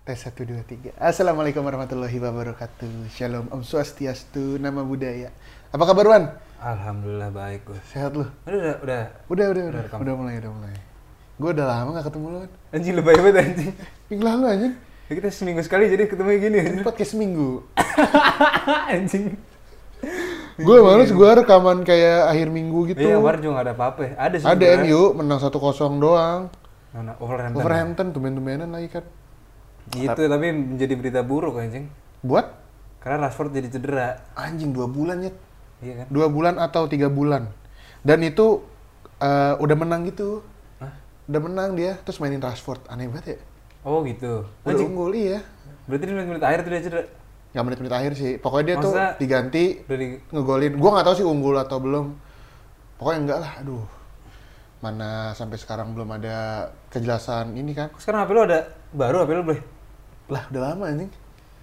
Tes 1, 2, 3. Assalamualaikum warahmatullahi wabarakatuh. Shalom, Om Swastiastu, Nama Budaya. Apa kabar, Wan? Alhamdulillah baik gue. Sehat lu? Udah udah udah. Udah, udah, udah. Udah, rekam. mulai, udah mulai. Gue udah lama gak ketemu lu, Wan. Anjing lebay banget anjing. Minggu lalu, anjing. Ya, kita seminggu sekali jadi ketemu gini Ini anjing. podcast minggu. anjing. gue males, gue rekaman kayak akhir minggu gitu. Iya kemarin juga gak ada apa-apa. Ada sih. Ada MU, menang 1-0 doang. Nah, nah, Wolverhampton. Wolverhampton, tumben-tumbenan lagi kan. Gitu tapi menjadi berita buruk anjing. Buat? Karena Rashford jadi cedera. Anjing, dua bulan, ya. Iya kan? Dua bulan atau tiga bulan. Dan itu eh, udah menang gitu. Hah? Udah menang dia, terus mainin Rashford. Aneh banget ya. Oh gitu. Udah Anjing. unggul, iya. Berarti di menit-menit akhir tuh dia cedera. Gak menit-menit akhir sih. Pokoknya dia Maksudnya- tuh diganti, Udah di ngegolin. Gua nggak tahu sih unggul atau belum. Pokoknya enggak lah, aduh. Mana sampai sekarang belum ada kejelasan ini kan. Kok sekarang HP lu ada baru HP lu boleh? Lah, udah lama anjing.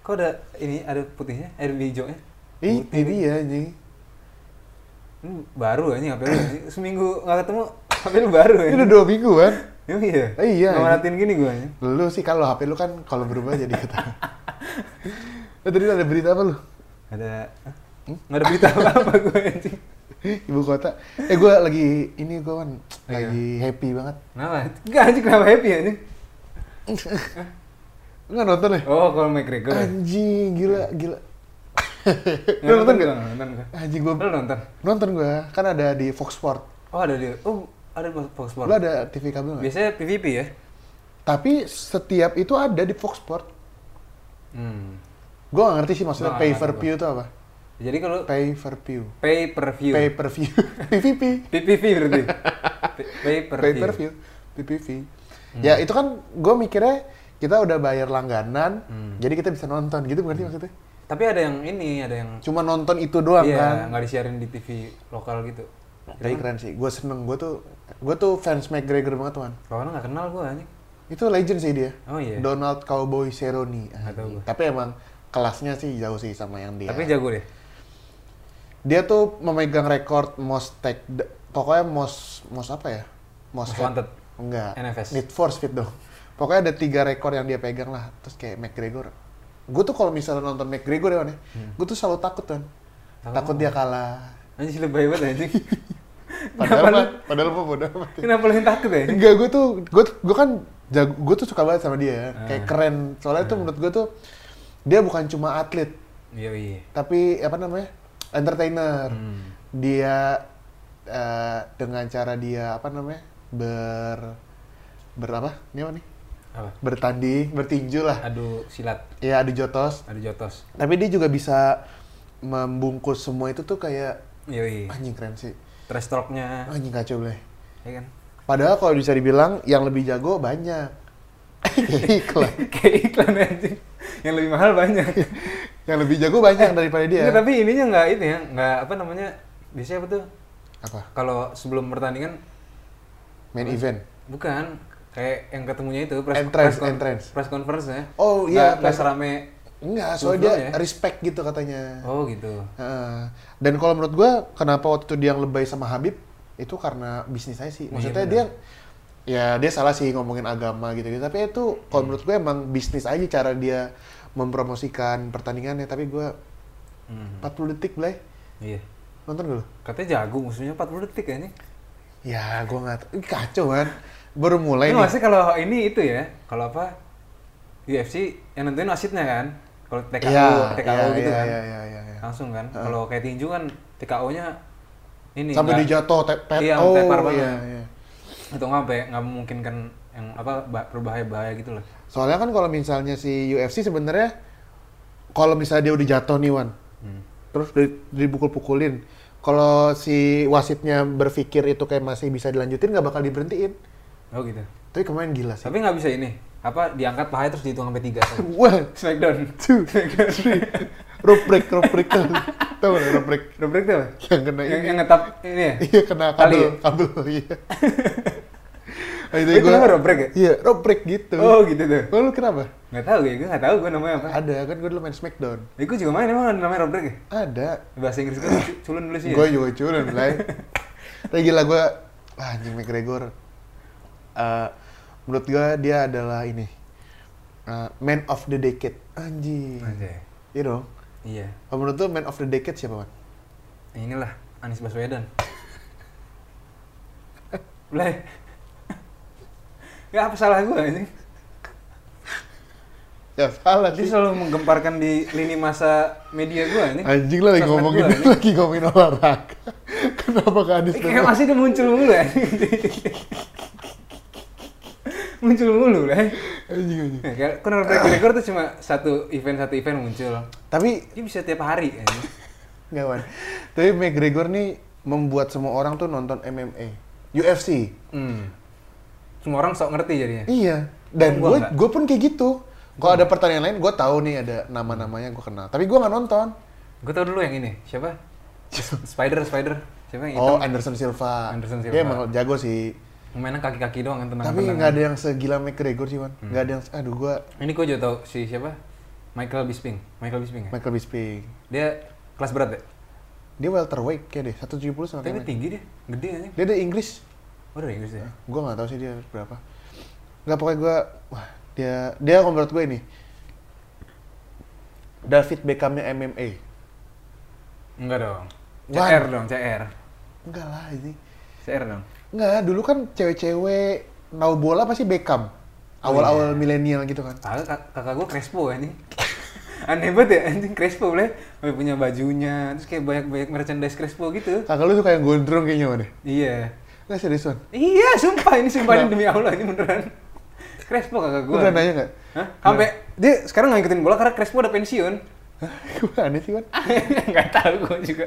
Kok ada ini ada putihnya, ada hijaunya? Ih, ini ya anjing. Ini Hmm, baru anjing HP lu. anjing. Seminggu gak ketemu HP lu baru Ini anjing. udah dua minggu kan. Emang iya? Eh, iya, Nggak iya. merhatiin gini gue ya? Lu sih kalau HP lu kan kalau berubah jadi ketawa. Lu tadi ada berita apa lu? Ada... Nggak ada berita apa-apa gue anjing. Ibu kota. Eh gua lagi ini gua kan Iya. lagi happy banget. Kenapa? Enggak anjing kenapa happy anjing? Lu nggak nonton ya? Oh kalau McGregor ya? Anjing, gila, gila. Nggak Lu nonton nggak? gua, Nonton gue. Anjing gua Lu nonton? Nonton gua, kan ada di Fox Sport. Oh ada dia. Oh ada di Fox Sport. Lu ada TV kabel nggak? Biasanya PVP ya? Tapi setiap itu ada di Fox Sport. Hmm. Gua gak ngerti sih maksudnya Nah, Nggak pay ngerti per gua. view itu apa? Jadi kalau Pay per view. pay per view. Pay per view. PPV. PPV berarti. P- pay per Pay view. per view. PPV. Hmm. Ya itu kan gua mikirnya kita udah bayar langganan, Hmm. jadi kita bisa nonton gitu ngerti maksudnya? Tapi ada yang ini, ada yang Cuma nonton itu doang kan. Iya, nggak disiarin di TV lokal gitu. Tapi keren sih. Gue seneng. Gue tuh gue tuh fans McGregor banget tuan. Lawannya nggak kenal gue anjing. Itu legend sih dia. Oh iya. Donald Cowboy Cerrone. Nggak tahu gua. Tapi emang kelasnya sih jauh sih sama yang dia. Tapi jago deh. dia tuh memegang rekor most tag pokoknya most most apa ya? Most wanted. Enggak. NFS. Need for Speed dong. Pokoknya ada tiga rekor yang dia pegang lah. Terus kayak McGregor. Gue tuh kalau misalnya nonton McGregor ya, gue tuh selalu takut kan. Hmm. Takut Takut dia kalah. Anjing lebay banget anjing. Padahal Kenapa mah, lu- padahal mah bodo amat. Kenapa lu yang takut ya? Enggak, gue tuh, gue gue kan jago, gue tuh suka banget sama dia ya. Kayak keren. Soalnya tuh menurut gue tuh dia bukan cuma atlet, Iya iya. tapi apa namanya? entertainer. Dia eh, dengan cara dia apa namanya? ber ber apa? Ini apa nih? Apa? Bertanding, bertinju lah. Adu silat, Ya adu jotos. adu jotos. Tapi dia juga bisa membungkus semua itu tuh kayak Iya iya. anjing keren sih. Trash talk-nya, Anjing kacau boleh. ya kan? Padahal kalau bisa dibilang yang lebih jago banyak. Iklan. Kayak iklan anjing. Yang lebih mahal banyak. Iya. yang lebih jago banyak daripada dia. Nggak, Eh, tapi ininya nggak ini ya, nggak apa namanya? Biasanya apa tuh? Apa? Kalau sebelum pertandingan Main event. bukan kayak yang ketemunya itu press Entrance, press, con- entrance. press conference ya. Oh, iya, Nggak, nggak press- serame. Enggak, Belum soalnya dia ya? respect gitu katanya. Oh gitu. Heeh. dan kalau menurut gua kenapa waktu itu dia yang lebay sama Habib itu karena bisnis aja sih. Maksudnya Iya, dia ya dia salah sih ngomongin agama gitu-gitu, tapi itu kalau menurut gue emang bisnis aja cara dia mempromosikan pertandingannya, tapi gua Hmm. 40 detik, Blay. Iya. Nonton gak lu? Katanya jago musuhnya 40 detik ya ini. Ya, gua nggak tahu. Ih, Kacau kan. Baru mulai Ini nih. maksudnya kalau ini itu ya, kalau apa UFC yang nentuin wasitnya kan, kalau TKO, TKO iya, gitu iya, kan, iya, iya, iya, iya. langsung kan. Kalau kayak tinju kan TKO-nya ini Sampai nggak- dia jatuh, tep, pet. Iya, oh, tepar banget. iya, iya. atau nggak sampai ya, nggak memungkinkan yang apa ba- berbahaya-bahaya gitu loh. Soalnya kan kalau misalnya si UFC sebenarnya kalau misalnya dia udah jatuh nih Wan, Hmm. terus di- dipukul-pukulin, kalau si wasitnya berpikir itu kayak masih bisa dilanjutin nggak bakal diberhentiin. Oh gitu. Tapi kemarin gila sih. Tapi nggak bisa ini apa diangkat paha terus dihitung sampai tiga. Wah, Smackdown. two, three. Rubrek, rubrek tuh. Tahu nggak rubrek Rubrik tuh apa? yang kena Yang, ini? yang ngetap ini Nah, ya. Iya kena Tali ya? kabel, kabel iya. Nah, Itu gua- namanya rubrek ya? Iya, rubrek gitu. Oh gitu tuh. Oh, lu kenapa? Nggak tahu gue, gue nggak tahu gue namanya apa. Ada kan gue dulu main Smackdown. Ya, gue juga main emang ada namanya Rob Drake ya? Ada. Bahasa Inggris gue cu- culun dulu sih ya? Gue juga culun, Blay. Tapi gila gue, ah, anjing McGregor. Eh, menurut gue dia adalah ini, uh, man of the decade anjing Anjay. iya dong Iya. kalau menurut tuh man of the decade siapa man Inilah Anies Baswedan. Boleh. Gak apa salah gue ini. ya salah Dia sih selalu menggemparkan di lini masa media gue ini. anjing lah lagi Sosmed ngomongin gua ini. lagi ngomongin olahraga kenapa ke Anies Eh, Kayak Baswedan? masih dia muncul mulu ya. muncul mulu lah. anjing anjing Ya, kayak- Kan Robert McGregor tuh cuma satu event satu event muncul. tapi Dia bisa tiap hari. Ya. nggak man tapi McGregor nih membuat semua orang tuh nonton MMA UFC Hmm. Semua orang sok ngerti jadinya. Iya. Dan Yang gue gua nggak. gue pun kayak gitu. Kalau ada pertanyaan lain, gue tahu nih ada nama-namanya gue kenal. Tapi gue nggak nonton. Gue tau dulu yang ini. Siapa? Spider, Spider. Siapa yang hitam? Oh, Anderson Silva. Anderson Dia Silva. emang jago sih. Mainan kaki-kaki doang kan tenang Tapi nggak ada yang segila McGregor sih, Wan. Nggak ada yang, aduh gue Ini gue juga tau si siapa? Michael Bisping. Michael Bisping ya? Michael Bisping. Dia kelas berat ya? Dia welterweight kayak deh, 170 sama Tapi dia kayak. tinggi dia. Gede aja. Dia ada Inggris. Oh dari Inggris ya? Gue nggak tahu sih dia berapa. Nggak pokoknya gue, wah dia dia kalau menurut gue ini David Beckhamnya MMA. Enggak dong. Wah. CR dong, CR. Enggak lah ini. CR dong. Nggak, dulu kan cewek-cewek nau bola pasti Beckham. Oh, Awal-awal iya. milenial gitu kan. Kakak, kak- kakak gue Crespo ya, anjing. Aneh banget ya anjing Crespo boleh. Sampai punya bajunya, terus kayak banyak-banyak merchandise Crespo gitu. Kakak lu suka yang gondrong kayaknya mana? Iya. Nggak seriusan. Iya, sumpah ini sumpah ini demi Allah ini beneran. Crespo kakak Lu gue. pernah nanya nggak? Hah? Sampai dia sekarang nggak ngikutin bola karena Crespo udah pensiun. Hah? Gue aneh sih kan. Ah, Nggak tahu gue juga.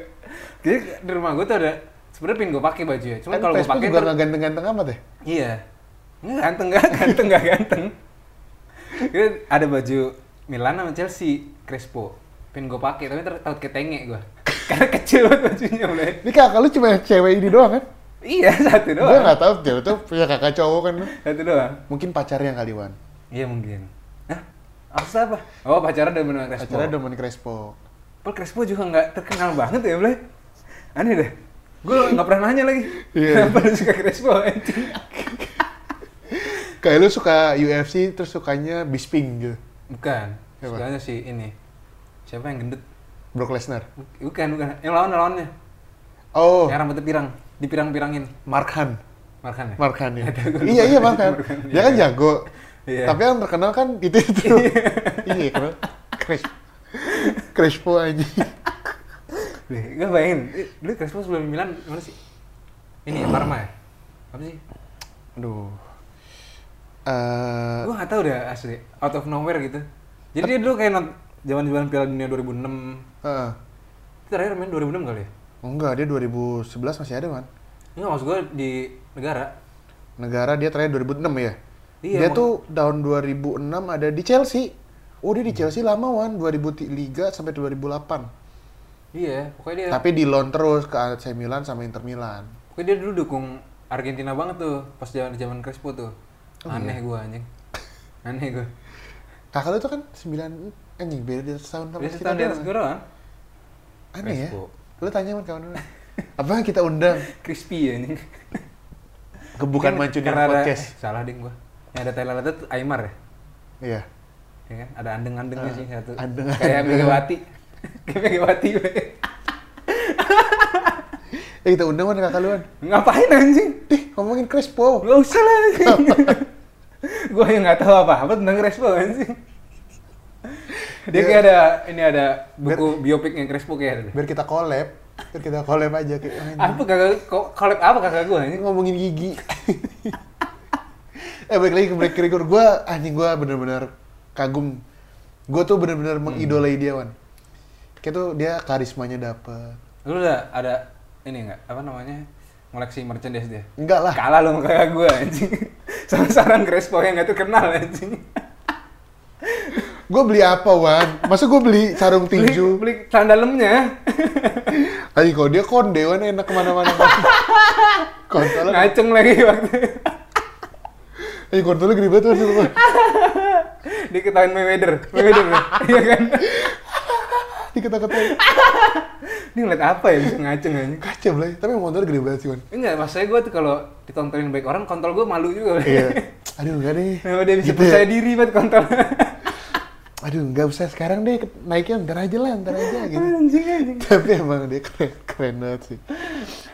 Jadi di rumah gue tuh ada sebenarnya pin gue pakai baju ya. Cuma Kan kalau gue Facebook pakai juga tuh- nggak ganteng-ganteng amat ya? iya. Nggak ganteng nggak ganteng nggak ganteng. Jadi ada baju Milan sama Chelsea Crespo. Pin gue pakai tapi ter- takut ketenge gue. Karena kecil banget bajunya mulai. Ini kakak lu cuma yang cewek ini doang kan? Iya satu Gue doang. nggak tahu cewek tuh punya kakak cowok kan. Satu doang. Mungkin pacarnya kali Wan. Iya mungkin. Hah? Maksudnya apa? Oh pacaran udah benar Crespo. Pacarnya demen Crespo. Paul Crespo juga nggak terkenal banget ya, Blay. Aneh deh. Gue nggak pernah nanya lagi. Iya. Kenapa lu suka Crespo, anjing? Kayak lu suka UFC terus sukanya Bisping gitu. Bukan. Siapa? Sukanya si ini. Siapa yang gendut? Brock Lesnar. Buk- Bukan, bukan. Yang lawan lawannya. Oh, Yang rambutnya pirang, dipirang-pirangin. Mark Hunt. Markan ya? Mark Hunt ya. Ada gua iya lupa. iya Mark Hunt. Mark Hunt, Dia iya. kan jago. Iya. Tapi yang terkenal kan itu itu. iya kenal. Crash. Crashpo aja. Gue bayangin, eh, dulu Crespo sebelum Milan mana sih? Ini ya, Parma ya? Apa sih? Aduh. Eh, Gue nggak tahu deh asli, out of nowhere gitu. Jadi dia dulu kayak nont- zaman-zaman Piala Dunia 2006. eh, Itu terakhir main 2006 kali ya? enggak dia 2011 masih ada man. Enggak, maksud gue di negara. Negara dia terakhir 2006 ya. Iya, dia mak- tuh tahun 2006 ada di Chelsea. Oh dia di Chelsea lama wan 2003 sampai 2008. Iya, pokoknya dia Tapi di loan terus ke AC Milan sama Inter Milan. pokoknya dia dulu dukung Argentina banget tuh pas zaman zaman Crespo tuh. Oh, Aneh iya? gua anjing. Aneh gua. Kakak lu tuh kan 9 anjing beda dia setahun sama Dia kita setahun di atas doang. gua doang. Aneh ya. Crespo. Lu tanya sama kawan lu. Apa kita undang Crispy ya anjing. ke bukan Mungkin mancunnya karena ada- podcast? eh, salah ding gua. Yang ada Thailand itu Aymar ya. Iya. Ya kan? Ada andeng-andengnya sih satu. Ah, andeng-andeng. Kayak Megawati. Kayak Megawati. we. Eh kita undang kan kakak luan. Ngapain anjing? Dih ngomongin Crespo. Gak usah lah anjing. Gua yang nggak tahu apa-apa tentang Crespo anjing. Dia Dia- kayak ada ini ada buku biopik yang Crespo kayak ada. deh. Biar kita collab. Biar kita collab aja kayak anjing. apa kakak ko- collab apa kakak gue anjing ngomongin gigi. eh balik lagi ke Black Rigor. Gua anjing gua bener-bener kagum. Gua tuh bener-bener Hmm. mengidolai dia wan. Kayak tuh dia karismanya dapet. lu udah ada ini nggak apa namanya koleksi merchandise dia Enggak lah. kalah lu sama kakak gue anjing sama saran Crespo yang gak terkenal anjing Gue beli apa wan? Masa gue beli sarung beli, tinju? beli sandalemnya Ayo kalau dia kon dewan enak kemana-mana. Kontol. ngaceng lagi waktu Ayo kontol gede banget tuh. diketahuin Mayweather Mayweather iya kan Dikata-katain. ini ngeliat apa ya bisa ngaceng anjing Kacau lah. Tapi emang kontol gede banget sih Wan. enggak maksudnya gue tuh kalau ditontonin baik orang kontol gue malu juga Iya. Aduh enggak deh. Kenapa dia bisa Gitu ya. percaya diri banget kontol aduh nggak usah sekarang deh naiknya ntar aja lah ntar aja gitu Anjing anjing. tapi emang dia keren, keren banget sih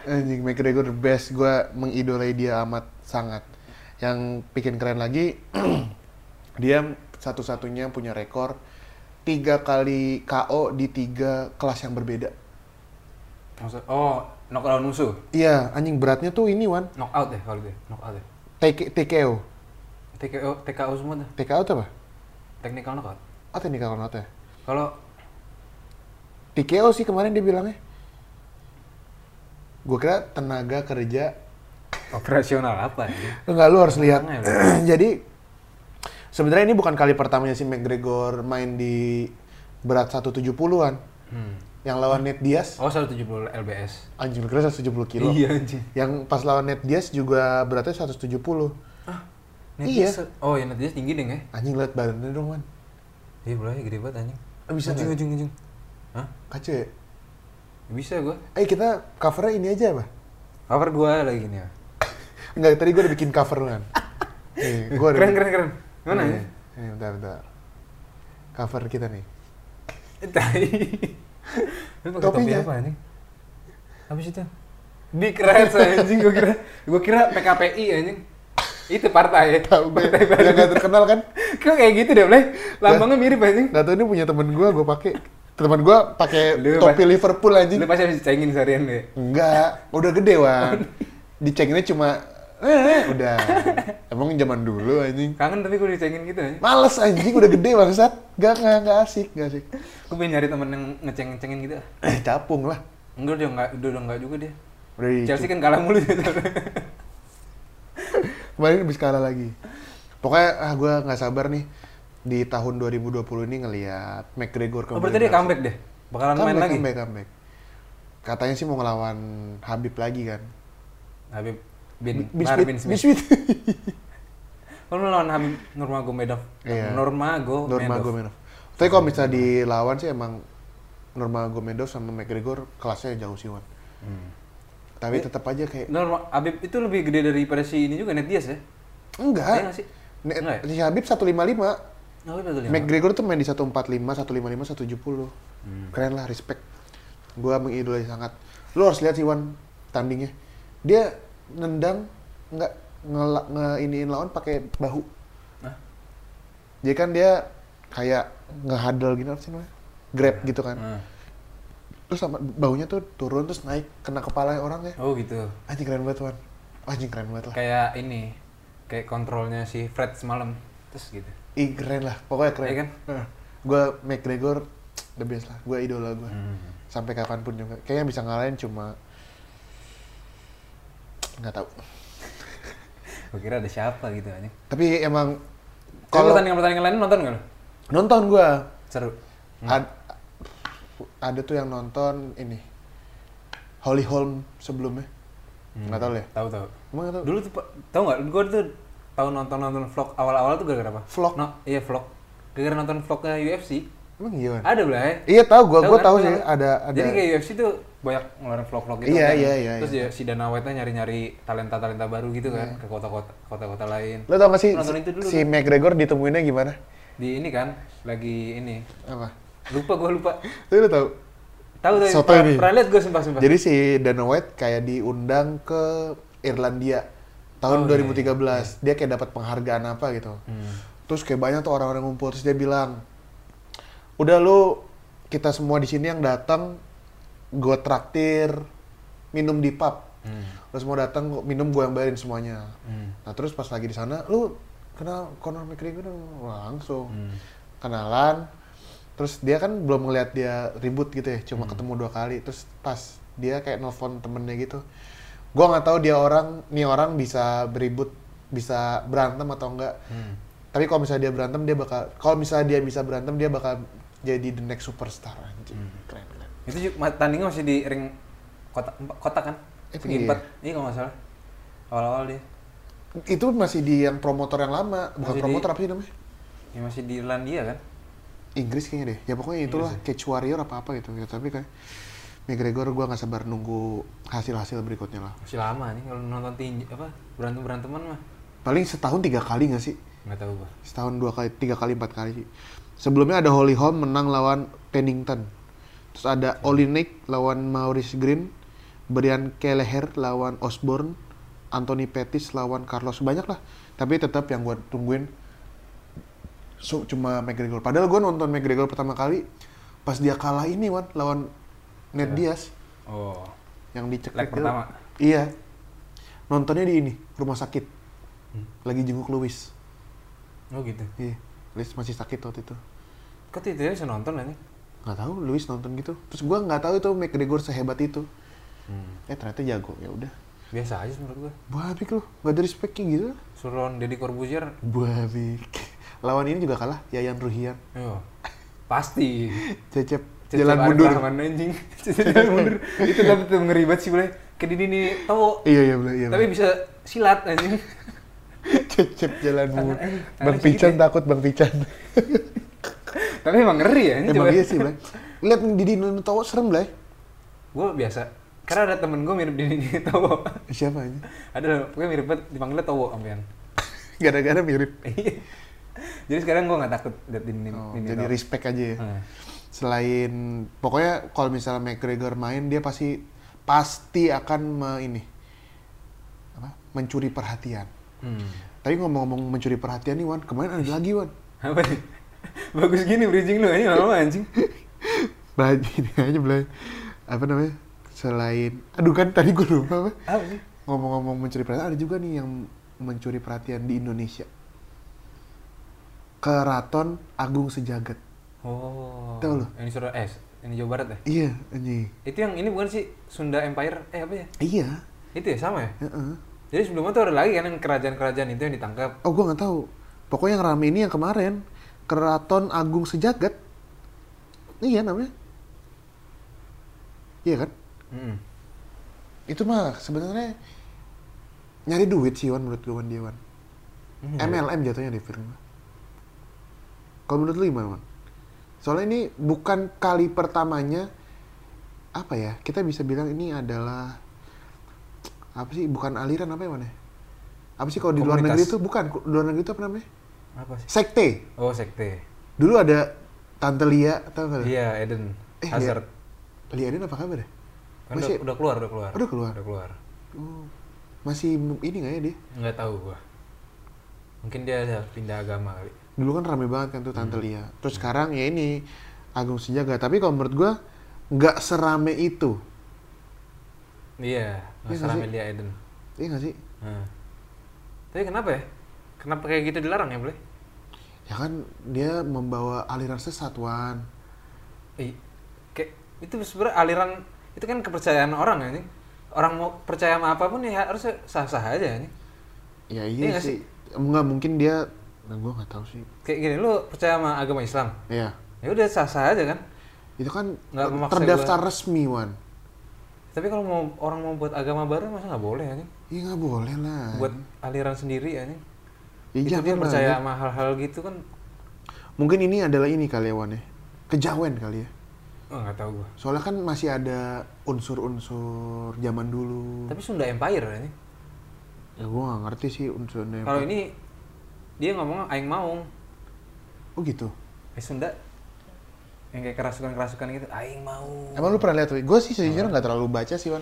anjing McGregor the best gue mengidolai dia amat sangat yang bikin keren lagi dia satu-satunya punya rekor tiga kali KO di tiga kelas yang berbeda Maksud, oh, knockout musuh. iya anjing beratnya tuh ini wan Knockout deh kalau dia, knockout deh. TK, TKO TKO, TKO semua tuh, TKO itu apa? technical knockout. oh technical knockout ya Kalau TKO sih kemarin dia bilangnya gue kira tenaga kerja operasional apa ya? Enggak, lu harus lihat. Orangnya ya? Jadi sebenarnya ini bukan kali pertamanya si McGregor main di berat 170-an. Hmm. Yang lawan Nate Diaz, Oh, 170 LBS. anjing lu kira 170 kilo. Iya anjing. Yang pas lawan Nate Diaz juga beratnya 170. Net Iya. dia se- Oh, ya net dia tinggi deh ya. Anjing lihat badannya dong, Man. Iya, bolanya gede banget anjing. Eh, bisa anjing, nggak? anjing, anjing. Hah? Kacau ya? Bisa gua. Eh, kita covernya ini aja, apa? Cover gua lagi gini ya. Enggak, tadi gue udah bikin cover, Man. Nih, gua udah Keren, bikin- keren, keren. Gimana Nih, ya? Nih, bentar, bentar. Cover kita nih. Tai. Lu pakai topi Topinya. apa anjing? Habis itu. Di keren saya anjing gua kira gua kira PKPI anjing. Itu partai. Tahu gue Partai yang gak terkenal kan? Kok kayak gitu deh, Blay? Lambangnya mirip anjing. Gak tau ini punya temen gue, gue pakai temen gue pakai Lu topi pas- Liverpool anjing. Lu Oh, pasti habis dicengin seharian deh. Enggak, udah gede wan. Dicekinnya cuma, eh, udah. Emang zaman dulu anjing. Kangen tapi gua dicengin gitu anjing. Males anjing, udah gede bangsat. Gak, gak, gak asik, gak asik. Gua pengen nyari temen yang ngeceng-ngecengin gitu. Eh, capung lah. Enggak dia enggak udah udah enggak juga dia. Udah di- Chelsea kan kalah mulu gitu. Kemarin habis kalah lagi. Pokoknya ah gue nggak sabar nih di tahun 2020 ini ngelihat McGregor Oh, kembali. berarti dia beraksi. comeback deh. Bakalan main Comeback, lagi. comeback, comeback. Katanya sih mau ngelawan Habib lagi kan. Habib bin Bin Bahar Smith. bin Bin Hmm. Nah, Smith. Smith. Kalau melawan Habib Nurmagomedov. Iya. Nurmagomedov. Nurmagomedov. Tapi kalau misalnya dilawan sih emang Nurmagomedov sama McGregor kelasnya jauh sih, Wan. Hmm. Tapi tetap aja kayak Norma, Habib itu lebih gede daripada si ini juga Net Diaz ya? Iya enggak. nggak sih? Ne- Enggak ya? Si Habib 155, Habib betul ya? McGregor tuh main di 145, 155, 170. Keren lah, respect. Gua mengidolai sangat. Lu harus lihat sih Wan tandingnya. Dia nendang nggak ngela- nge-iniin lawan pakai bahu. Hah? Jadi kan dia kayak ngehadel gitu apa sih namanya? Grab gitu kan. Hmm. terus sama baunya tuh turun terus naik kena kepala orang ya Oh gitu. anjing keren banget wan anjing keren banget lah Kayak ini, kayak kontrolnya si Fred semalam. Terus gitu. ih keren lah pokoknya keren Iya kan? gue McGregor the best lah gue idola gue Hmm. sampai kapanpun juga kayaknya yang bisa ngalahin cuma nggak tahu Gue kira ada siapa gitu anjing. tapi emang Kalau kalau pertandingan-pertandingan lain nonton nggak lo? nonton gue Seru. Hmm. ada tuh yang nonton ini Holly Holm sebelumnya Hmm. nggak tahu lo ya Tahu tahu. emang nggak tahu Dulu tuh pa- tahu nggak? Gue tuh tahu nonton-nonton vlog awal-awal tuh gara-gara apa? Vlog? No, iya vlog. Gara-gara nonton vlognya UFC. emang gimana Ada belah ya? iya tahu gue gue kan? tahu Lu sih tahu? ada ada Jadi kayak UFC tuh banyak ngeluarin vlog-vlog gitu. Iya, kan. iya, iya, Terus iya. ya si Dana White-nya nyari-nyari talenta-talenta baru gitu kan ke kota-kota kota-kota lain. Lo tau gak sih Nonton itu dulu si McGregor ditemuinnya gimana? Di ini kan lagi ini. Apa? Lupa gua lupa. Tapi lo tau? Tahu tadi Soto pernah, ini. pernah lihat gua sumpah-sumpah. Jadi si Dana White kayak diundang ke Irlandia tahun Oh, iya, 2013. Dia kayak dapat penghargaan apa gitu. Hmm. Terus kayak banyak tuh orang-orang ngumpul terus dia bilang, "Udah lu kita semua di sini yang datang gue traktir minum di pub." Hmm. Terus mau datang gua- minum gue yang bayarin semuanya. Hmm. Nah terus pas lagi di sana, lu kenal Conor McGregor dong?" langsung Hmm. kenalan. Terus dia kan belum ngeliat dia ribut gitu ya, Hmm. cuma ketemu dua kali. Terus pas dia kayak nelfon temennya gitu, gua nggak tahu dia orang, nih orang bisa beribut, bisa berantem atau enggak. Hmm. Tapi kalau misalnya dia berantem dia bakal, kalau misalnya dia bisa berantem dia bakal jadi the next superstar anjing. Hmm. Keren keren. Itu juga ma- tandingnya masih di ring kota empat- kota kan? Eh, Segi iya. empat. Iya kalau nggak salah. Awal-awal dia. Itu masih di yang promotor yang lama, bukan Masih di- promotor apa sih namanya? Ya masih di Irlandia kan? Inggris kayaknya deh. Ya pokoknya itulah Cage Warrior apa apa gitu. Ya, tapi kayak McGregor gua nggak sabar nunggu hasil-hasil berikutnya lah. Masih lama nih kalau nonton tinju apa berantem beranteman mah. Paling setahun tiga kali nggak sih? Nggak tahu gua. Setahun dua kali, tiga kali, empat kali. Sebelumnya ada Holly Holm menang lawan Pennington. Terus ada Olinik lawan Maurice Green, Brian Kelleher lawan Osborne, Anthony Pettis lawan Carlos banyak lah. Tapi tetap yang gue tungguin so, cuma McGregor. Padahal gue nonton McGregor pertama kali pas dia kalah ini Wan lawan Ned Diaz Oh. yang dicekik. Leg itu. pertama. Iya. Nontonnya di ini, rumah sakit. Hmm. Lagi jenguk Louis. Oh gitu. Iya. Louis masih sakit waktu itu. Kok tidak bisa nonton ya nanti? nggak tahu Luis nonton gitu terus gua nggak tahu itu McGregor sehebat itu Hmm. eh ternyata jago ya udah Biasa aja sih menurut gua. babik lu nggak ada respect kayak gitu Suruh lawan Deddy Corbuzier. babik lawan ini juga kalah Yayan Ruhian Yo. Pasti. cecep Cecep jalan Arif mundur Rahman, anjing. Cecep jalan mundur. Itu kan tetep ngeri banget sih boleh. Kedini ini tahu iya iya bener, iya tapi bener. bisa silat anjing. cecep jalan mundur tangan- bang tangan Pican takut bang Pican tapi emang ngeri ya ini emang iya sih bang lihat Didi Nutowo serem lah Gue biasa. Karena ada temen gue mirip Deddy ini tahu. siapa aja Ada pokoknya mirip banget dipanggilnya tahu ampean. gara-gara mirip Iya. jadi sekarang gue nggak takut liat di ini. Oh, jadi respect aja ya Hmm. selain pokoknya kalau misalnya McGregor main dia pasti pasti akan me- ini apa mencuri perhatian. Hmm. Tapi ngomong-ngomong mencuri perhatian nih Wan, kemarin ada lagi Wan. Apa nih? Bagus gini bridging lu anjing lama anjing. Belajar ini aja belajar apa namanya? Selain aduh kan tadi gue lupa apa. Apa sih? Ngomong-ngomong mencuri perhatian ada juga nih yang mencuri perhatian di Indonesia. Keraton Agung Sejagat. Oh. Tahu lu? Ini Surabaya eh ini Jawa Barat ya? Iya, anjing. Itu yang ini bukan sih Sunda Empire eh apa ya? Iya. Itu ya sama ya? Heeh. Jadi sebelumnya tuh ada lagi kan yang kerajaan-kerajaan itu yang ditangkap. Oh gue nggak tahu. Pokoknya yang rame ini yang kemarin Keraton Agung Sejagat. Iya namanya. Iya kan? Hmm. Itu mah sebenarnya nyari duit sih Wan menurut gue Wan dia, Wan. Hmm. MLM jatuhnya di film. Kalau menurut lu gimana Wan? Soalnya ini bukan kali pertamanya apa ya kita bisa bilang ini adalah apa sih bukan aliran apa ya Wan ya? Apa sih kalau di luar negeri Komunitas. itu bukan di luar negeri itu apa namanya? Apa sih? Sekte. Oh, sekte. Dulu ada Tante Lia, tau gak? Lia. Iya, Eden. Eh, Hazard. Lia ini apa kabar ya? Kan udah, Masih- udah keluar, udah keluar. Udah keluar? Udah keluar. Oh, Masih m- ini gak ya dia? Nggak tahu gua. Mungkin dia ada pindah agama kali. Dulu kan rame banget kan tuh Hmm. Tante Lia. Terus sekarang ya ini Agung Sejaga. Tapi kalau menurut gua nggak serame itu. Iya, Iya nggak masalah sih? Melia Eden. Iya gak sih? Nah. Tapi kenapa ya? Kenapa kayak gitu dilarang ya, boleh? Ya kan dia membawa aliran sesatuan. Eh, kayak itu sebenarnya aliran itu kan kepercayaan orang ya, Ning. Orang mau percaya sama apapun ya harus sah-sah aja nih. Ya Iya iya nggak sih. Enggak mungkin dia, nah, gue nggak tahu sih. Kayak gini lu percaya sama agama Islam. Ya Ya udah sah-sah aja kan. itu kan Nggak memaksa terdaftar resmi Wan. Tapi kalau mau orang mau buat agama baru masa nggak boleh ya, Ning? Iya nggak boleh lah. Buat aliran sendiri ya, Ning. Ya, itu dia jangan lah, percaya ya. sama hal-hal gitu kan Mungkin ini adalah ini kali ya Wan ya. Kejawen kali ya. oh, nggak tahu gua. Soalnya kan masih ada unsur-unsur zaman dulu. Tapi Sunda Empire ya, Ning. Ya gue gak ngerti sih unsurnya. Kalau ini dia ngomong aing maung. Oh gitu. Eh Sunda yang kayak kerasukan-kerasukan gitu, aing mau. Emang lu pernah lihat? Gue sih sejujurnya nggak terlalu baca sih, Wan.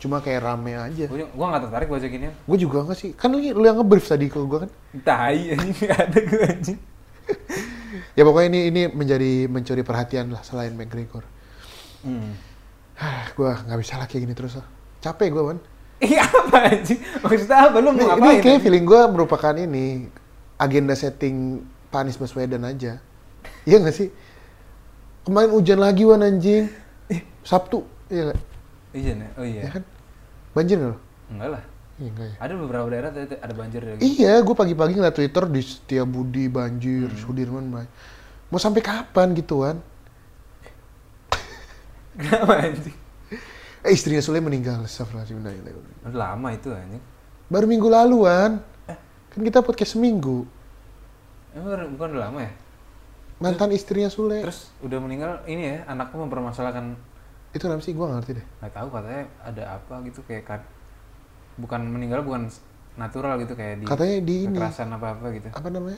Cuma kayak rame aja. Gua, gua gak tertarik baca ginian. Gue juga nggak sih. Kan lu, lu yang nge-brief tadi ke gue kan. Tai anjing ada gue anjing. Ya pokoknya ini ini menjadi mencuri perhatian lah selain McGregor. Hmm. Hah, gue nggak bisa lah kayak gini terus lah. Capek gue, Wan. Iya apa anjing? Maksudnya apa lu Ini, mau ini ngapain? kayak anjing? feeling gue merupakan ini agenda setting Pak Anies Baswedan aja. Iya nggak sih? Kemarin hujan lagi Wan anjing. Eh, Sabtu. Iya nggak? Iya, Nek. oh iya. Ya kan? Banjir nggak lo? Enggak lah. Iya nggak ya? Ada beberapa daerah tadi ada banjir lagi. Iya, gue pagi-pagi ngeliat Twitter di Setiabudi banjir, Hmm. Sudirman banjir. Mau sampai kapan gitu, gituan? Kenapa anjing? Eh, istrinya Sule meninggal. Astagfirullahaladzim. Udah lama itu anjing. Baru minggu laluan. Eh. Kan kita podcast seminggu. Emang baru- bukan udah lama ya? Mantan istrinya Sule. Terus udah meninggal ini ya, anaknya mempermasalahkan Itu namanya sih gue ngerti deh. nggak tahu katanya ada apa gitu kayak kan bukan meninggal bukan natural gitu kayak di Katanya di ini. kekerasan apa apa gitu apa namanya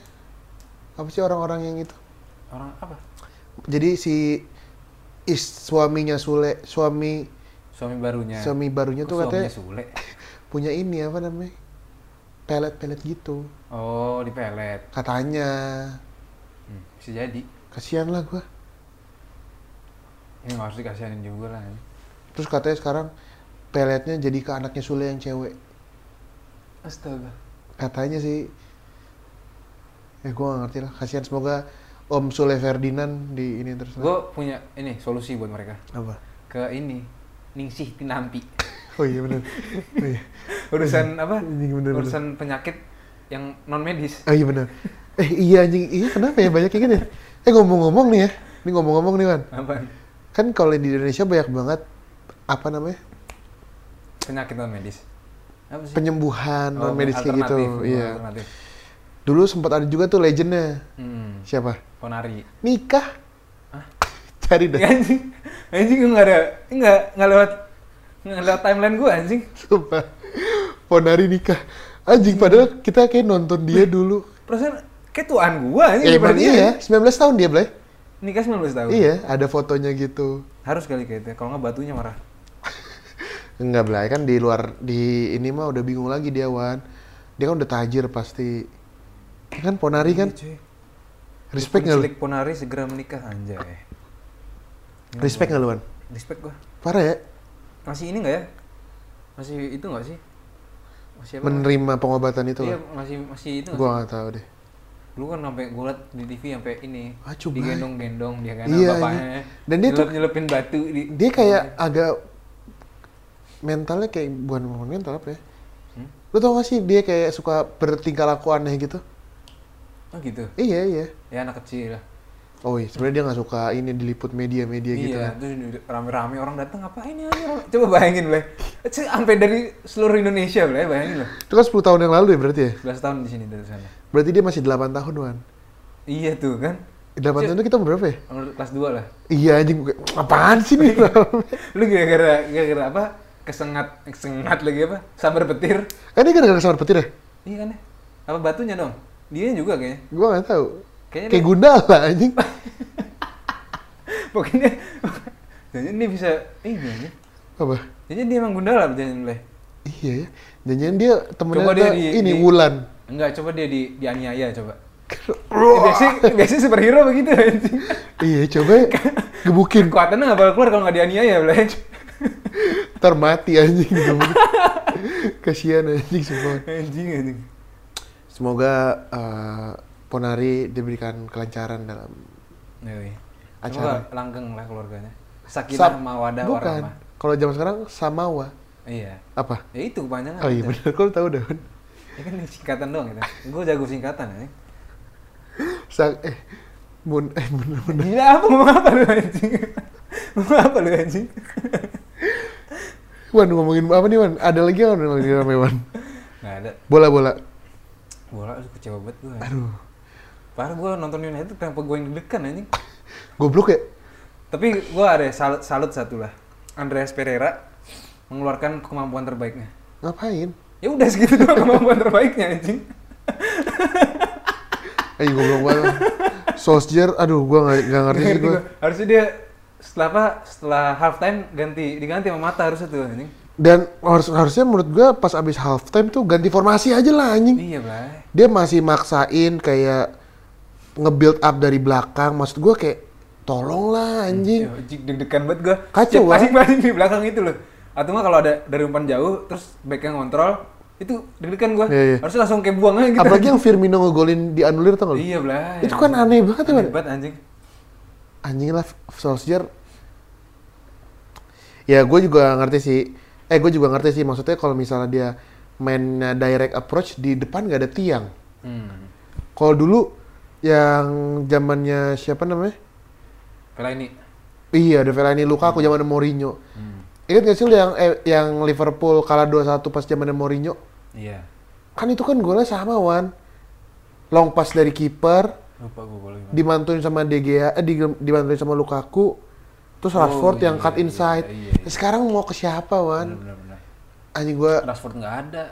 apa sih orang-orang yang itu orang apa jadi si is suaminya Sule suami suami barunya suami barunya Kok tuh Ya. suaminya katanya Sule punya ini apa namanya pelet-pelet gitu oh di pelet katanya Hmm, bisa jadi kasihan lah gua ini nggak harus dikasihanin juga lah terus katanya sekarang peletnya jadi ke anaknya Sule yang cewek astaga katanya sih eh gua gak ngerti lah kasihan semoga Om Sule Ferdinand di ini terus gue punya ini solusi buat mereka apa ke ini Ningsih Tinampi oh iya benar oh iya, urusan apa Anjing, bener, bener. urusan penyakit yang non medis oh, iya benar eh iya anjing iya kenapa ya banyak kayak gitu ya eh ngomong-ngomong nih ya ini ngomong-ngomong nih man apa kan kalau di Indonesia banyak banget apa namanya penyakit non medis apa sih penyembuhan non medis kayak alternatif, gitu oh, iya alternatif. dulu sempat ada juga tuh legendnya Hmm, siapa ponari nikah cari deh anjing anjing nggak ada nggak nggak lewat nggak lewat timeline gue anjing Sumpah. Ponari nikah. Anjing padahal kita kayak nonton dia dulu. perasaan kayak tuan gue anjing Ya, daripada emang dia. iya, 19 tahun dia, Blay. nikah 19 tahun Iya, ada fotonya gitu. harus kali kayak itu kalau nggak batunya marah Enggak, Blay, kan di luar di ini mah udah bingung lagi dia, Wan. Dia kan udah tajir pasti. Ya kan Ponari kan Iya, cuy. respect nggak lu? Cilik ponari segera menikah anjay Iya. Respect nggak lu, Wan? respect gue Parah ya, masih ini nggak ya masih itu nggak sih masih apa menerima pengobatan itu. iya Wan. masih masih itu nggak sih? Gua nggak tahu deh. dulu kan sampai gue liat di TV sampai ini Ah, coba. digendong-gendong dia kan Iya, bapaknya iya. Dan dia tuh- nyelupin batu di Dia kayak agak mentalnya kayak bukan mental apa ya? Hmm? Lu tau gak sih dia kayak suka bertingkah laku aneh gitu? oh gitu Iya, iya. ya anak kecil lah Oh iya, sebenarnya dia nggak suka ini diliput media-media gitu iya kan. terus di- rame-rame orang datang apa ini ini, orang-" coba bayangin boleh sampai dari seluruh Indonesia boleh bayangin loh Itu kan 10 tahun yang lalu ya berarti ya? 11 tahun di sini dari sana Berarti dia masih 8 tahun, Wan. iya tuh kan 8 tahun itu kita berapa ya? Nomor kelas 2 lah Iya anjing, gue- apaan sih nih? Iya. lu gara-gara gara-gara apa kesengat kesengat lagi apa sambar petir eh ini gara-gara samar petir ya? iya kan ya apa batunya dong dia juga kayaknya Gue nggak tahu. Kayaknya Kayak dia- Gundala anjing. pokoknya jadi ini bisa ini aja Apa? jadi dia emang gundala jangan boleh Iya ya. Jangan dia temennya Coba dia ada di- ini di- Wulan. enggak coba dia di dianiaya coba Eh, biasanya biasanya superhero begitu anjing. iya, coba ya. gebukin. kekuatannya nggak bakal keluar kalau nggak dianiaya boleh Ntar mati anjing gebukin. Kasihan anjing semua. anjing anjing Semoga eh, Ponari diberikan kelancaran dalam Yoi. Acara. Semoga Iya, langgeng lah keluarganya Sam- sakinah mawadah Bukan. warahmah Kalau zaman sekarang samawa. iya Apa? ya itu kepanjangan Oh iya Chan. benar. Kau tahu dah. Wan? ya kan singkatan doang gitu gue jago singkatan anjing Sang eh mun eh bener bener. gila apa ngomong apa lu anjing ngomong apa lu anjing Wan ngomongin apa nih Wan? Ada lagi yang ngomongin lagi rame Wan. nggak ada Bola bola. bola aduh, kecewa banget gue Aduh. Parah gue nonton United kenapa gue yang deg-degan anjing. Goblok ya. Tapi gue ada salut, salut satu lah. Andreas Pereira mengeluarkan kemampuan terbaiknya. Ngapain? Ya udah segitu doang kemampuan terbaiknya anjing. Eh goblok banget. Solskjaer, aduh gua nggak nggak ngerti sih Ngerti gua. gua. Harusnya dia setelah apa? Setelah half time ganti diganti sama mata harusnya tuh anjing. Dan harus, harusnya menurut gua pas abis halftime tuh ganti formasi aja lah anjing. Iya, Blay. Dia masih maksain kayak nge-build up dari belakang. Maksud gua kayak tolong lah anjing. Ya, anjing, deg-degan banget gue. Iya. Kacau, kan? Wak. Pasing-pasing di belakang itu loh. Atau nggak kalau ada dari umpan jauh terus backnya ngontrol itu deg-degan gue. Iya, iya. Harusnya langsung kayak buang aja gitu. Apalagi yang Firmino ngegolin di anulir tau gak lu? Iya, Blay. Itu kan aneh banget ya, Wan. Aneh banget anjing. Anjing lah Solskjaer. Ya gue juga ngerti sih. Eh gue juga ngerti sih maksudnya kalau misalnya dia mainnya direct approach di depan gak ada tiang. Hmm. Kalau dulu yang zamannya siapa namanya? Pela ini. Hmm. Iya, ada Fellaini Lukaku zaman Mourinho. Ingat gak sih lu yang eh, yang Liverpool kalah 2-1 pas zaman Mourinho? Iya. Kan itu kan golnya sama, Wan. Long pass dari kiper, Lupa gue kalau gimana. dimantuin sama De Gea, eh, di- dimantuin sama Lukaku, terus Oh, Rashford iya, yang cut iya, inside. iya, iya. Sekarang mau ke siapa, Wan? Benar-benar. Anjing gua Rashford nggak ada.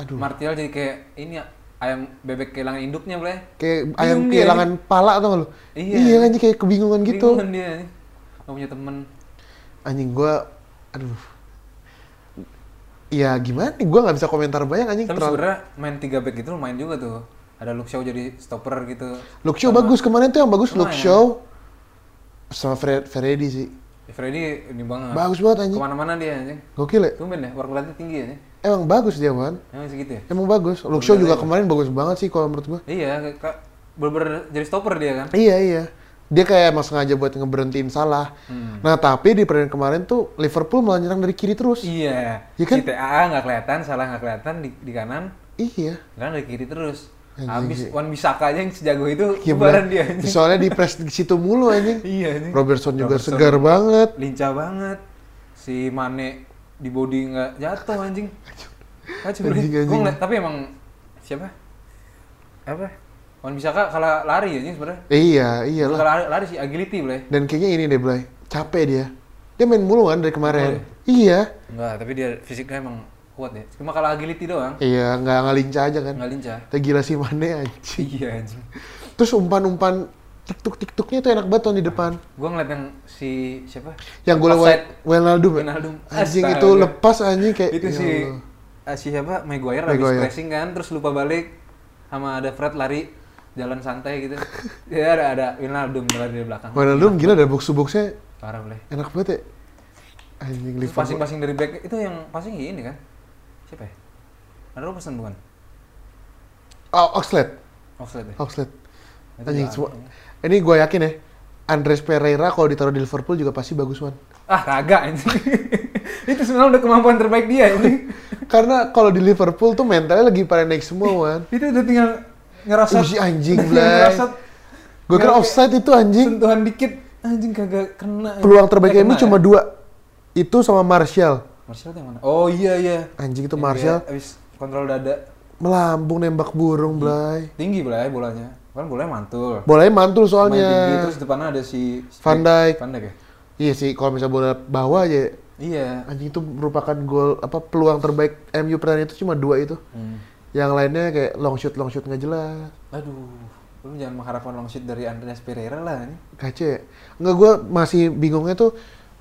Aduh. Martial jadi kayak ini ya, ayam bebek kehilangan induknya boleh. Kayak Bingung ayam dia. kehilangan pala tau gak lu? Iya. Iya anjing kayak kebingungan gitu. Bingungan dia. Gak punya temen. Anjing gua aduh. Ya gimana nih gua nggak bisa komentar banyak anjing Tapi terlalu. sebenarnya main 3 back itu lumayan juga tuh. Ada Luke Shaw jadi stopper gitu. Look show bagus kemarin tuh yang bagus look Lumayan. show sama Fred Ferredi sih. Ya, Freddy ini banget. Bagus banget anjing. Kemana-mana dia anjing. Gokil ya? Tumben ya, work rate tinggi ya. anjing. Emang bagus dia man. Emang segitu ya? Emang bagus. Look show juga kemarin bagus banget sih kalau menurut gua. Iya, kak. Bener-bener jadi stopper dia kan. Iya iya. Dia kayak emang sengaja buat ngeberhentiin salah. Hmm. Nah tapi di pertandingan kemarin tuh Liverpool malah nyerang dari kiri terus. Iya. Ya kan? Si TAA nggak kelihatan, salah nggak kelihatan di, di kanan, Iya. kanan dari kiri terus. Anjing, Habis iya. Wan Bisaka aja yang sejago itu Iya, kebaran bener. dia. anjing. Soalnya di press di situ mulu anjing. Iya anjing. Robertson juga Robertson. segar banget. Lincah banget. Si Mane di body nggak jatuh anjing. Ah, Kacau Anjing, anjing, anjing. ngeliat, tapi emang siapa? Apa? Wan Bisaka kalah lari anjing sebenarnya. Iya, iyalah. Kalau lari, lari sih agility boleh. Dan kayaknya ini deh, Blay. Capek dia. Dia main mulu kan dari kemarin. Iya. Enggak, tapi dia fisiknya emang kuat ya. Cuma kalah agility doang. Iya, nggak ngalincah aja kan. Nggak lincah. Tapi gila sih Mane anjing. Iya anjing. Terus umpan-umpan tiktuk-tiktuknya tuh enak banget tuh di depan. Gue ngeliat yang si siapa? Yang gue lewat Offside. Wijnaldum. ya? Wijnaldum. Anjing Astaga. itu lepas anjing kayak itu ya si Allah. eh, si siapa Maguire habis Maguire. pressing kan terus lupa balik sama ada Fred lari jalan santai gitu ya ada ada Wijnaldum lari dari belakang Wijnaldum gila dari box-boxnya parah boleh enak banget ya. Anjing terus Liverpool. passing-passing dari back itu yang passing ini kan siapa ya ada lu pesan bukan Oh, Oxlade. offside ya? Oxlade. Itu Anjing juga- semua. Ini gue yakin ya. Andres Pereira kalau ditaruh di Liverpool juga pasti bagus man. ah kagak anjing itu sebenarnya udah kemampuan terbaik dia ini Karena kalau di Liverpool tuh mentalnya lagi pada naik semua man. itu udah tinggal ngerasa Uji anjing, Blay. Gue kira offside itu anjing. sentuhan dikit anjing kagak kena anjing. Peluang terbaik Eh, MU kena cuma ya? dua. Itu sama Martial. Martial tuh yang mana oh iya iya Anjing itu Iya, Martial abis kontrol dada melambung nembak burung, Iya. Blay. tinggi boleh bolanya kan bolanya mantul Bolanya mantul Main tinggi, soalnya. terus depannya ada si Van Dijk. Van Dijk ya Iya sih, kalau misalnya bola bawah ya aja iya anjing itu merupakan gol apa peluang terbaik MU pertandingan itu cuma dua itu. hmm. Yang lainnya kayak long shoot long shoot nggak jelas. aduh lu jangan mengharapkan long shoot dari Andreas Pereira lah ini Kacau ya? Enggak, gue masih bingungnya tuh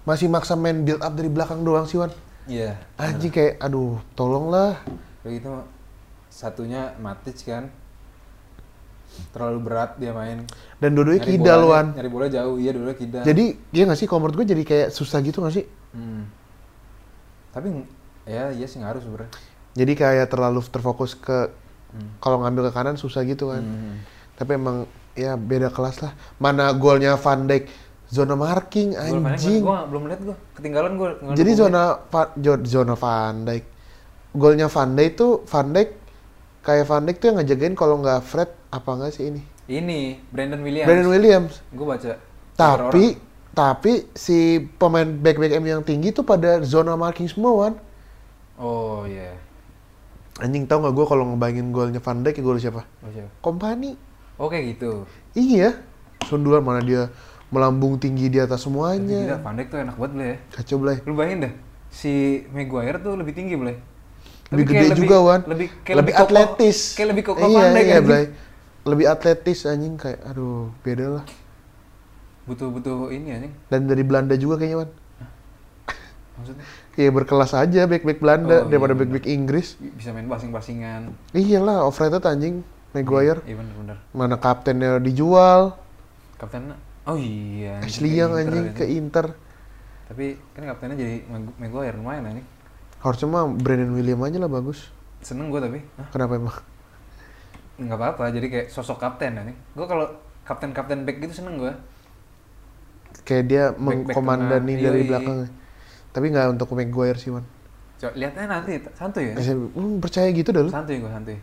masih maksa main build up dari belakang doang sih, Wan. iya Anjing kayak, aduh, tolonglah. udah gitu satunya Matic kan terlalu berat dia main Dan dua-duanya Nyari kidal, bolanya- Wan. nyari bola jauh iya dulu kidal Jadi, iya nggak sih? Kalau menurut gue jadi kayak susah gitu nggak sih? Hmm. tapi ya iya sih ngaruh sebenernya Jadi kayak terlalu terfokus ke, Hmm. kalau ngambil ke kanan susah gitu kan. Hmm. Tapi emang, ya beda kelas lah. Mana golnya Van Dijk, zona marking, Gol Van Dijk anjing. Gue belum lihat gue. Ketinggalan gue. Jadi zona Va- jo- zona Van Dijk. Golnya Van Dijk tuh Van Dijk kayak Van Dijk tuh yang ngejagain kalau nggak Fred apa nggak sih ini? ini Brandon Williams. Brandon Williams. Gue baca. Tapi tapi si pemain back back MU yang tinggi tuh pada zona marking semua, Wan. orang. Oh iya. Anjing tau nggak gue kalau ngebayangin golnya Van Dijk gol siapa? Baca. Kompani. Oke gitu. Iya. Sundulan mana dia melambung tinggi di atas Tapi gila semuanya. Van Dijk tuh enak banget boleh ya. Kacau belai. Lu bayangin dah. Si Maguire tuh lebih tinggi boleh. Lebih gede juga, Wan. Lebih, kayak lebih, kokoh. atletis. Kayak gitu. lebih kokoh iya, Van Dijk iya, anjing. Blay. Lebih atletis anjing kayak aduh, beda lah. Butuh-butuh ini anjing. Dan dari Belanda juga kayaknya, Wan. Maksudnya Iya berkelas aja back-back Belanda Oh, iya, daripada bener. back-back Inggris. bisa main basing-basingan. Iyalah, overrated anjing Maguire. Iya bener-bener. Mana kaptennya dijual, Kapten Oh iya. anjing, Ashley ke Young Inter, anjing ke Inter. Tapi kan kaptennya jadi Mag- Maguire lumayan anjing. Harusnya mah Brandon William aja lah bagus. Seneng gue tapi. Kenapa emang? nggak apa-apa jadi kayak sosok kapten nih gue kalau kapten kapten back gitu seneng gue Kayak dia Back-back mengkomandani tengah, Iya, dari yoi. belakang. Tapi nggak untuk Maguire sih, Man. coba lihatnya nanti t- santuy ya Eh, saya- lu percaya gitu dah lu. santuy gue santuy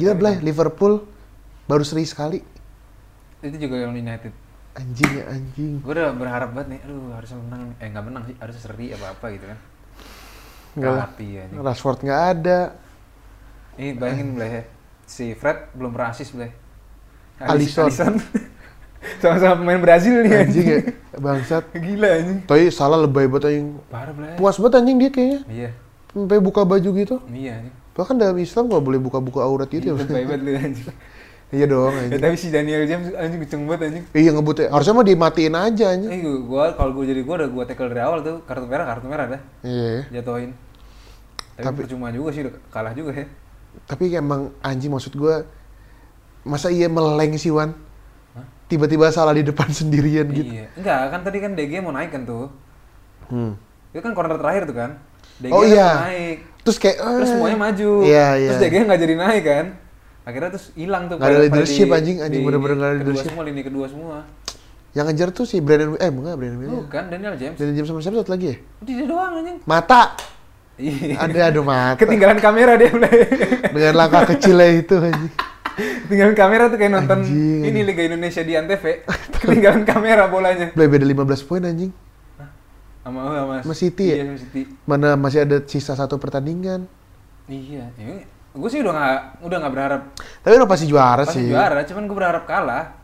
Gila, Blay, Liverpool baru seri sekali. itu juga yang United Anjing ya anjing. gue udah berharap banget nih aduh harusnya menang nih. eh nggak menang sih harus seri apa apa gitu kan Nggak lah. tapi ya ini Rashford nggak ada. ini bayangin boleh ya. si Fred belum rasis boleh Alisson. sama-sama pemain Brazil nih Anjing anjing ya, bangsat. gila anjing Tapi salah lebay banget anjing. parah boleh Puas banget anjing dia kayaknya. iya Sampai buka baju gitu. iya anjing Bahkan dalam Islam nggak boleh buka-buka aurat gitu ya. Itu Bang. baik banget lu anjing. Iya dong Ya, anjing. tapi si Daniel James anjing kenceng banget anjing. Iya ngebutnya. Harusnya mah dimatiin aja anjing. Eh gua kalau gua jadi gua udah gua tackle dari awal tuh kartu merah kartu merah dah Iya. jatuhin. Tapi, Tapi- percuma juga sih udah kalah juga ya. Tapi emang anjing maksud gua masa iya meleng sih Wan? Hah? Tiba-tiba salah di depan sendirian gitu. Iya. Enggak, kan tadi kan DG mau naik kan tuh. Hmm. Itu kan corner terakhir tuh kan. DG Oh, kan iya. mau naik. Terus kayak Terus eh, semuanya maju. Iya, iya. Terus DG nggak jadi naik kan. Akhirnya terus hilang tuh. Nggak ada pada- leadership, pada anjing. Anjing, bener-bener nggak ada kedua leadership. semua, lini kedua semua. Yang ngejar tuh si Brandon eh enggak Brandon Williams. Bukan, Daniel James. Dan jam sama siapa satu lagi ya? Dia doang anjing. Mata. Iya. Ada aduh mata. Ketinggalan kamera dia mulai. Dengan langkah kecilnya itu anjing. Ketinggalan kamera tuh kayak nonton Anjing. ini Liga Indonesia di Antv. Ketinggalan kamera bolanya. Boleh beda 15 poin anjing. Sama sama Sama City ya? Iya, sama City. Mana masih ada sisa satu pertandingan. Iya. Gue sih udah nggak udah nggak berharap Tapi udah pasti juara pasti sih. juara, cuman gue berharap kalah.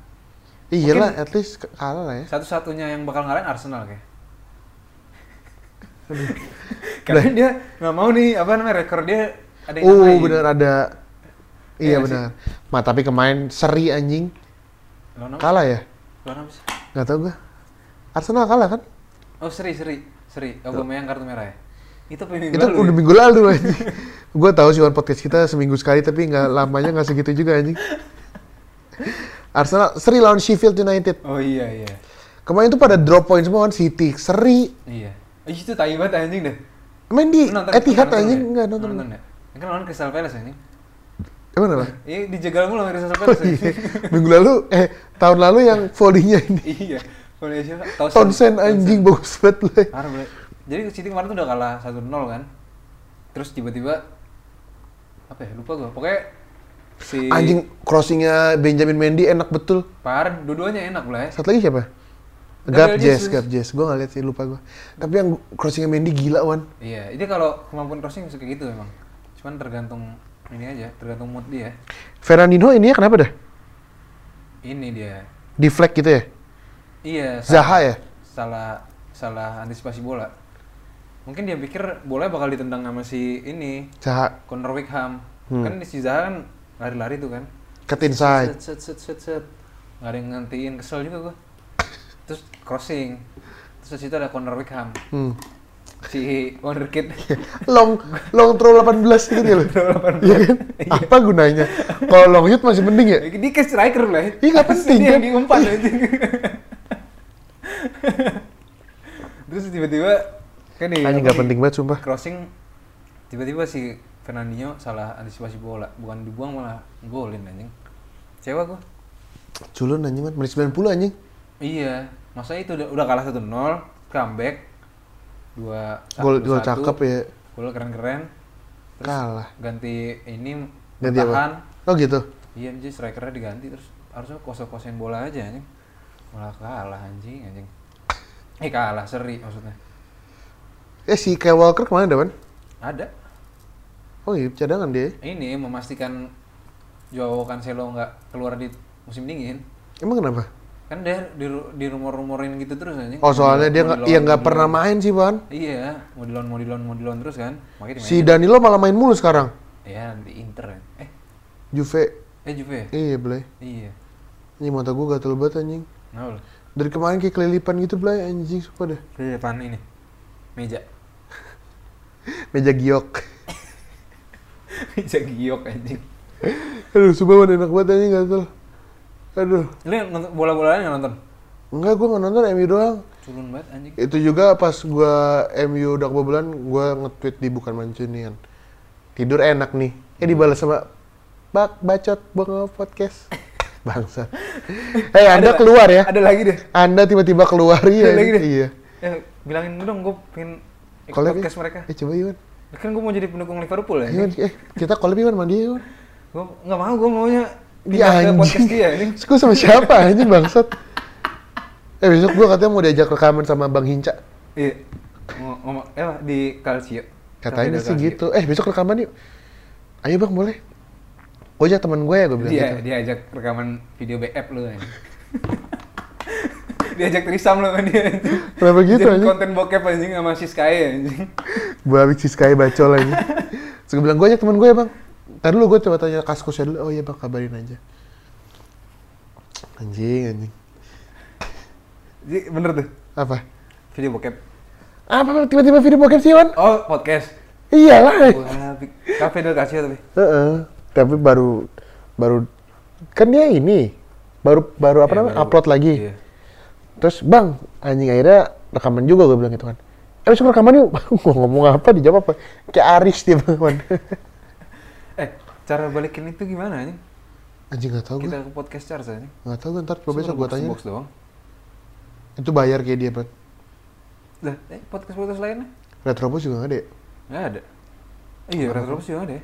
Iya lah, at least ke- kalah lah ya. Satu-satunya yang bakal ngalahin Arsenal kayak. Karena dia nggak mau nih apa namanya rekor dia ada yang Oh namain. bener ada. Iya Iya nggak benar. Ma tapi kemarin seri anjing. Lawan apa? Kalah ya? Lawan apa sih? Gak tau gua. Arsenal kalah kan? Oh seri seri seri. Oh, gue yang kartu merah ya. Itu pemimpin Itu udah minggu lalu anjing. gua tahu sih One podcast kita seminggu sekali tapi nggak lamanya nggak segitu juga anjing. Arsenal seri lawan Sheffield United. Oh iya iya Kemarin itu pada drop point semua kan City seri. iya. Eh, Itu tai banget anjing deh. Main di Lu nonton- Etihad nonton eh, anjing nggak? enggak nonton. Nonton ya? Kan lawan Crystal Palace anjing. Emang apa? Iya, dijegal mulu sama Crystal Oh, Palace. iya. anjing. Minggu lalu eh tahun lalu yang volley-nya ini Iya. Kalau dia siapa? Tonsen anjing bagus banget lu. Parah boleh. Jadi City kemarin tuh udah kalah 1-0 kan. Terus tiba-tiba apa ya? Lupa gua. Pokoknya si Anjing crossingnya Benjamin Mendy enak betul. Par, dua-duanya enak lah ya. Satu lagi siapa? Gab Gabriel Jess, Jesus. Gab Jess. Gue gak liat sih, lupa gue. Tapi yang crossingnya Mendy gila, Wan. Iya, itu kalau kemampuan crossing suka gitu memang. Cuman tergantung ini aja, tergantung mood dia. Fernandinho ini ya kenapa dah? Ini dia. Deflect gitu ya? Iya, Zaha ya? salah salah antisipasi bola. Mungkin dia pikir bola bakal ditendang sama si ini Zaha. Connor Wickham. Hmm. Kan si Zaha kan lari-lari tuh kan. Cut inside. Set set set set set. Gak ada yang ngantiin, kesel juga gua. Terus crossing. Terus di situ ada Connor Wickham. Hmm. Si Wonder Kid. Long, long throw 18 gitu ya lo? Iya kan? Apa gunanya? Kalau long hit masih mending ya? Dia kayak striker lah. ya. Iya, nggak penting, Dia kan? yang diumpan aja. Terus tiba-tiba kan di- Anjing gak penting banget, sumpah. crossing tiba-tiba si Fernandinho salah antisipasi bola bukan dibuang malah golin anjing cewa gua Culun anjing, Wan. Menit 90 anjing. iya masa itu udah, udah kalah 1-0 comeback dua Gol, satu- gol satu. cakep ya. gol keren-keren terus Kalah. ganti ini Ganti apa? bertahan. Oh gitu? iya jadi strikernya diganti terus harusnya kos-kosin bola aja anjing malah kalah anjing anjing eh kalah seri maksudnya Eh, si Kyle Walker kemana, Wan? ada Oh iya, cadangan dia. ini memastikan Joao Cancelo nggak keluar di musim dingin Emang kenapa? kan dia di, di rumor-rumorin gitu terus anjing Oh soalnya Mau dia di- nggak ya mau di-loan, nggak mau pernah di-loan. main sih Wan. iya mau di loan mau di loan mau di loan terus kan makanya Si dimainin. Danilo malah main mulu sekarang. iya di Inter kan eh Juve. eh Juve ya? Iya, Blay. iya Ini mata gue gatel banget anjing. nah loh Dari kemarin kayak kelilipan gitu Blay anjing sumpah deh. di depan ini meja Meja giok. meja giok anjing Aduh, sumpah Wan enak banget anjing gatel. Aduh. lu yang nonton bola-bolanya nggak nonton Enggak, gue nggak nonton MU doang. culun banget anjing Itu juga pas gue MU udah kebobolan, gue nge-tweet di Bukan Mancunian. Tidur enak nih. Eh Hmm. dibalas sama Bak Bacot Bang Podcast. Bangsa. Hei, Anda Ada- keluar ya. ada lagi deh Anda tiba-tiba keluar iya. Ada lagi deh. Iya. eh, bilangin dulu dong gue pengen ikut Collab ya? podcast mereka Eh coba Iwan. kan gue mau jadi pendukung Liverpool ya Iwan, eh kita collab Iwan mandi Iwan. Gue nggak mau, gue maunya Dia pindah ke podcast Iya, anjing. dia ini. Terus gua sama siapa anjing bangsat. Eh besok gua katanya mau diajak rekaman sama Bang Hinca. Iya. Ngomong, ngomong eh, apa, di Calcio. Katanya Cafe del sih Calcio. gitu. Eh besok rekaman yuk. Ayo Bang boleh. Gue ajak teman gue ya gue bilang Dia gitu. dia ajak Iya, rekaman video BF lu kan. dia ajak Trisam lu kan dia. anjing. Kenapa gitu, Jadi anjing? konten bokep anjing sama si Sky anjing. Gue habis si Sky bacol aja. Terus gue bilang, gue ajak temen gue ya bang. Tadi dulu gue coba tanya kaskusnya dulu. Oh iya bang, kabarin aja. Anjing, anjing. Jadi bener tuh Apa? video bokep. Apa Bang? tiba-tiba video bokep sih, Wan? Oh podcast. Iyalah. Wah, bi- kafe del kasih tapi. Heeh. Tapi baru baru kan dia ini baru baru apa Ya, namanya baru- upload lagi. Iya. Terus bang anjing akhirnya rekaman juga gue bilang gitu kan. Eh besok rekaman yuk. gue ngomong apa dijawab apa? Kayak Aris dia bang. Wan. Eh cara balikin itu gimana anjing? anjing nggak tahu gue. Kita ke podcast charge anjing. Nggak tahu gue ntar coba besok gue Box- tanya. Box doang. Itu bayar kayak dia bang. Lah, eh podcast podcast lainnya? Retrobus juga nggak ada. ya? Nggak ada. Eh, Iya, Retropus juga ada ya.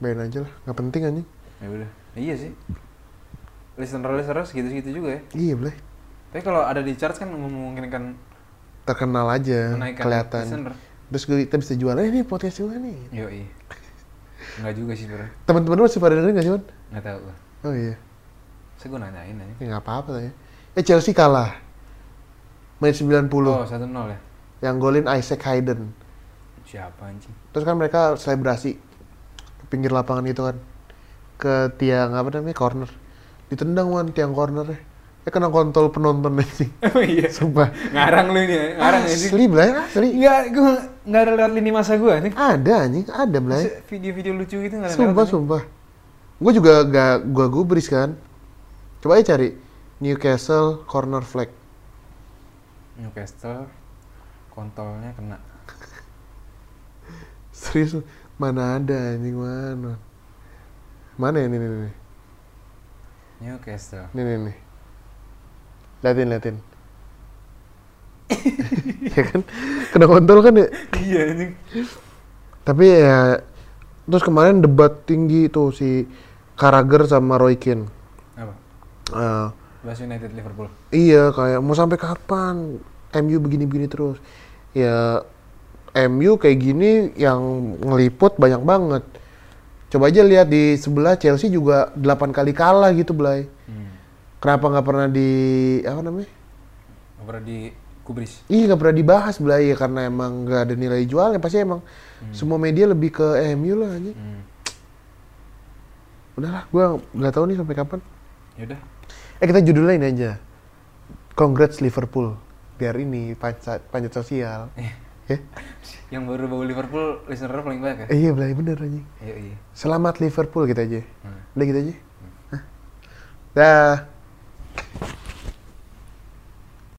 Bayarin aja lah. Nggak penting anjing. Ya udah. Iya sih. Listener listener segitu-segitu juga ya. Iya boleh. Tapi kalau ada di charge kan memungkinkan Terkenal aja. menaikkan kelihatan. listener. Terus gue- kita bisa jualan eh, ini podcast gue nih. Yoi. Enggak juga sih, Bro. Teman-teman lu masih pada dengerin nggak sih Wan? Enggak tahu gua. Oh iya. Saya gua nanyain aja. Ya nggak apa-apa lah ya. Eh Chelsea kalah. Menit 90. Oh, 1-0 ya. Yang golin Isaac Hayden. Siapa anjing? Terus kan mereka selebrasi ke pinggir lapangan gitu kan. Ke tiang apa namanya corner. Ditendang wan tiang corner Eh kena kontol penonton sih. Oh iya. Sumpah. Ngarang lu ini, ya? ngarang anjing. Asli Blay, asli. Enggak, gua enggak ada lewat lini masa gua anjing. Ada anjing, ada Blay. Se- Video-video lucu gitu enggak ada. Sumpah, lewat, anjing. sumpah. Gue juga gak gua gubris kan. Coba aja cari Newcastle corner flag. Newcastle kontolnya kena. Serius lu? mana ada anjing mana? Mana ini nih nih nih Newcastle. nih nih nih. Liatin liatin. ya kan kena kontol kan ya. iya anjing. Tapi ya terus kemarin debat tinggi tuh si Carragher sama Roy Keane. Apa? Eh, Bahas United Liverpool. Iya, kayak mau sampai kapan MU begini-begini terus? Ya MU kayak gini yang ngeliput banyak banget. Coba aja lihat di sebelah Chelsea juga 8 kali kalah gitu, Blay. Hmm. Kenapa nggak pernah di apa namanya? Apa di Kubris? Ih, nggak pernah dibahas, Blay, ya, karena emang nggak ada nilai jualnya. Pasti emang semua media lebih ke MU lah anjing. Hmm. Udahlah, gua nggak tahu nih sampai kapan. Yaudah. Eh kita judulnya ini aja. Congrats Liverpool. Biar ini panjat panjat sosial. Eh, Ya. yang baru bau Liverpool listener paling banyak ya? Eh, iya Blay, bener anjing. Iya, iya. Selamat Liverpool kita aja. Hmm. Udah gitu aja. Hah? Dah.